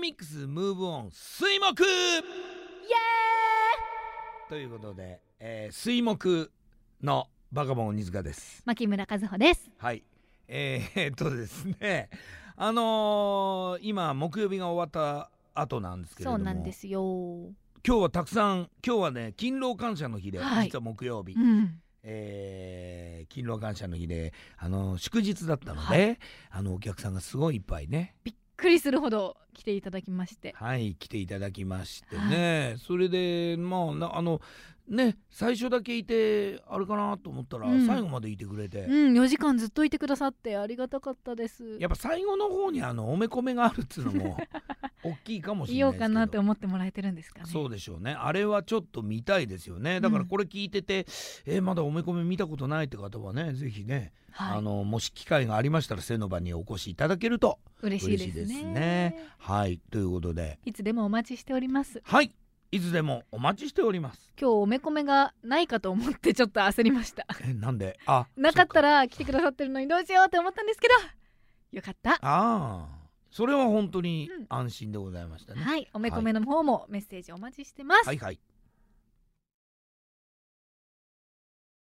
ミックスムーブオン水木イエーイということで、えー水木のバカボン鬼塚です。牧村和穂ですはい。えー、えーっとですね、あのー今木曜日が終わった後なんですけれそどうも、なんですよ今日はたくさん今日はね勤労感謝の日で、はい実は木曜日、うんえー勤労感謝の日であの祝日だったので、はあのお客さんがすごいいっぱいねびっくりするほど来ていただきましてはい来ていただきましてね、それでまあなあのね最初だけいてあれかなと思ったら、うん最後までいてくれて、うん4時間ずっといてくださってありがたかったですやっぱ最後の方にあのおめこめがあるっつうの も大きいかもしいれよないうですけどかなって思ってもらえてるんですかねそうでしょうねあれはちょっと見たいですよねだからこれ聞いてて、えーまだおめこめ見たことないって方はねぜひね、はあいのもし機会がありましたら瀬の場にお越しいただけると嬉しい嬉でしいすねですねはいということでいつでもお待ちしておりますはいいつでもお待ちしております今日おめこめがないかと思ってちょっと焦り ましたえなんであ なかったらら来てくださってるのにどうしようって思ったんですけどよかったああそれは本当にうん安心でございましたね、はいおめこめの方もメッセージお待ちしてます、はいはい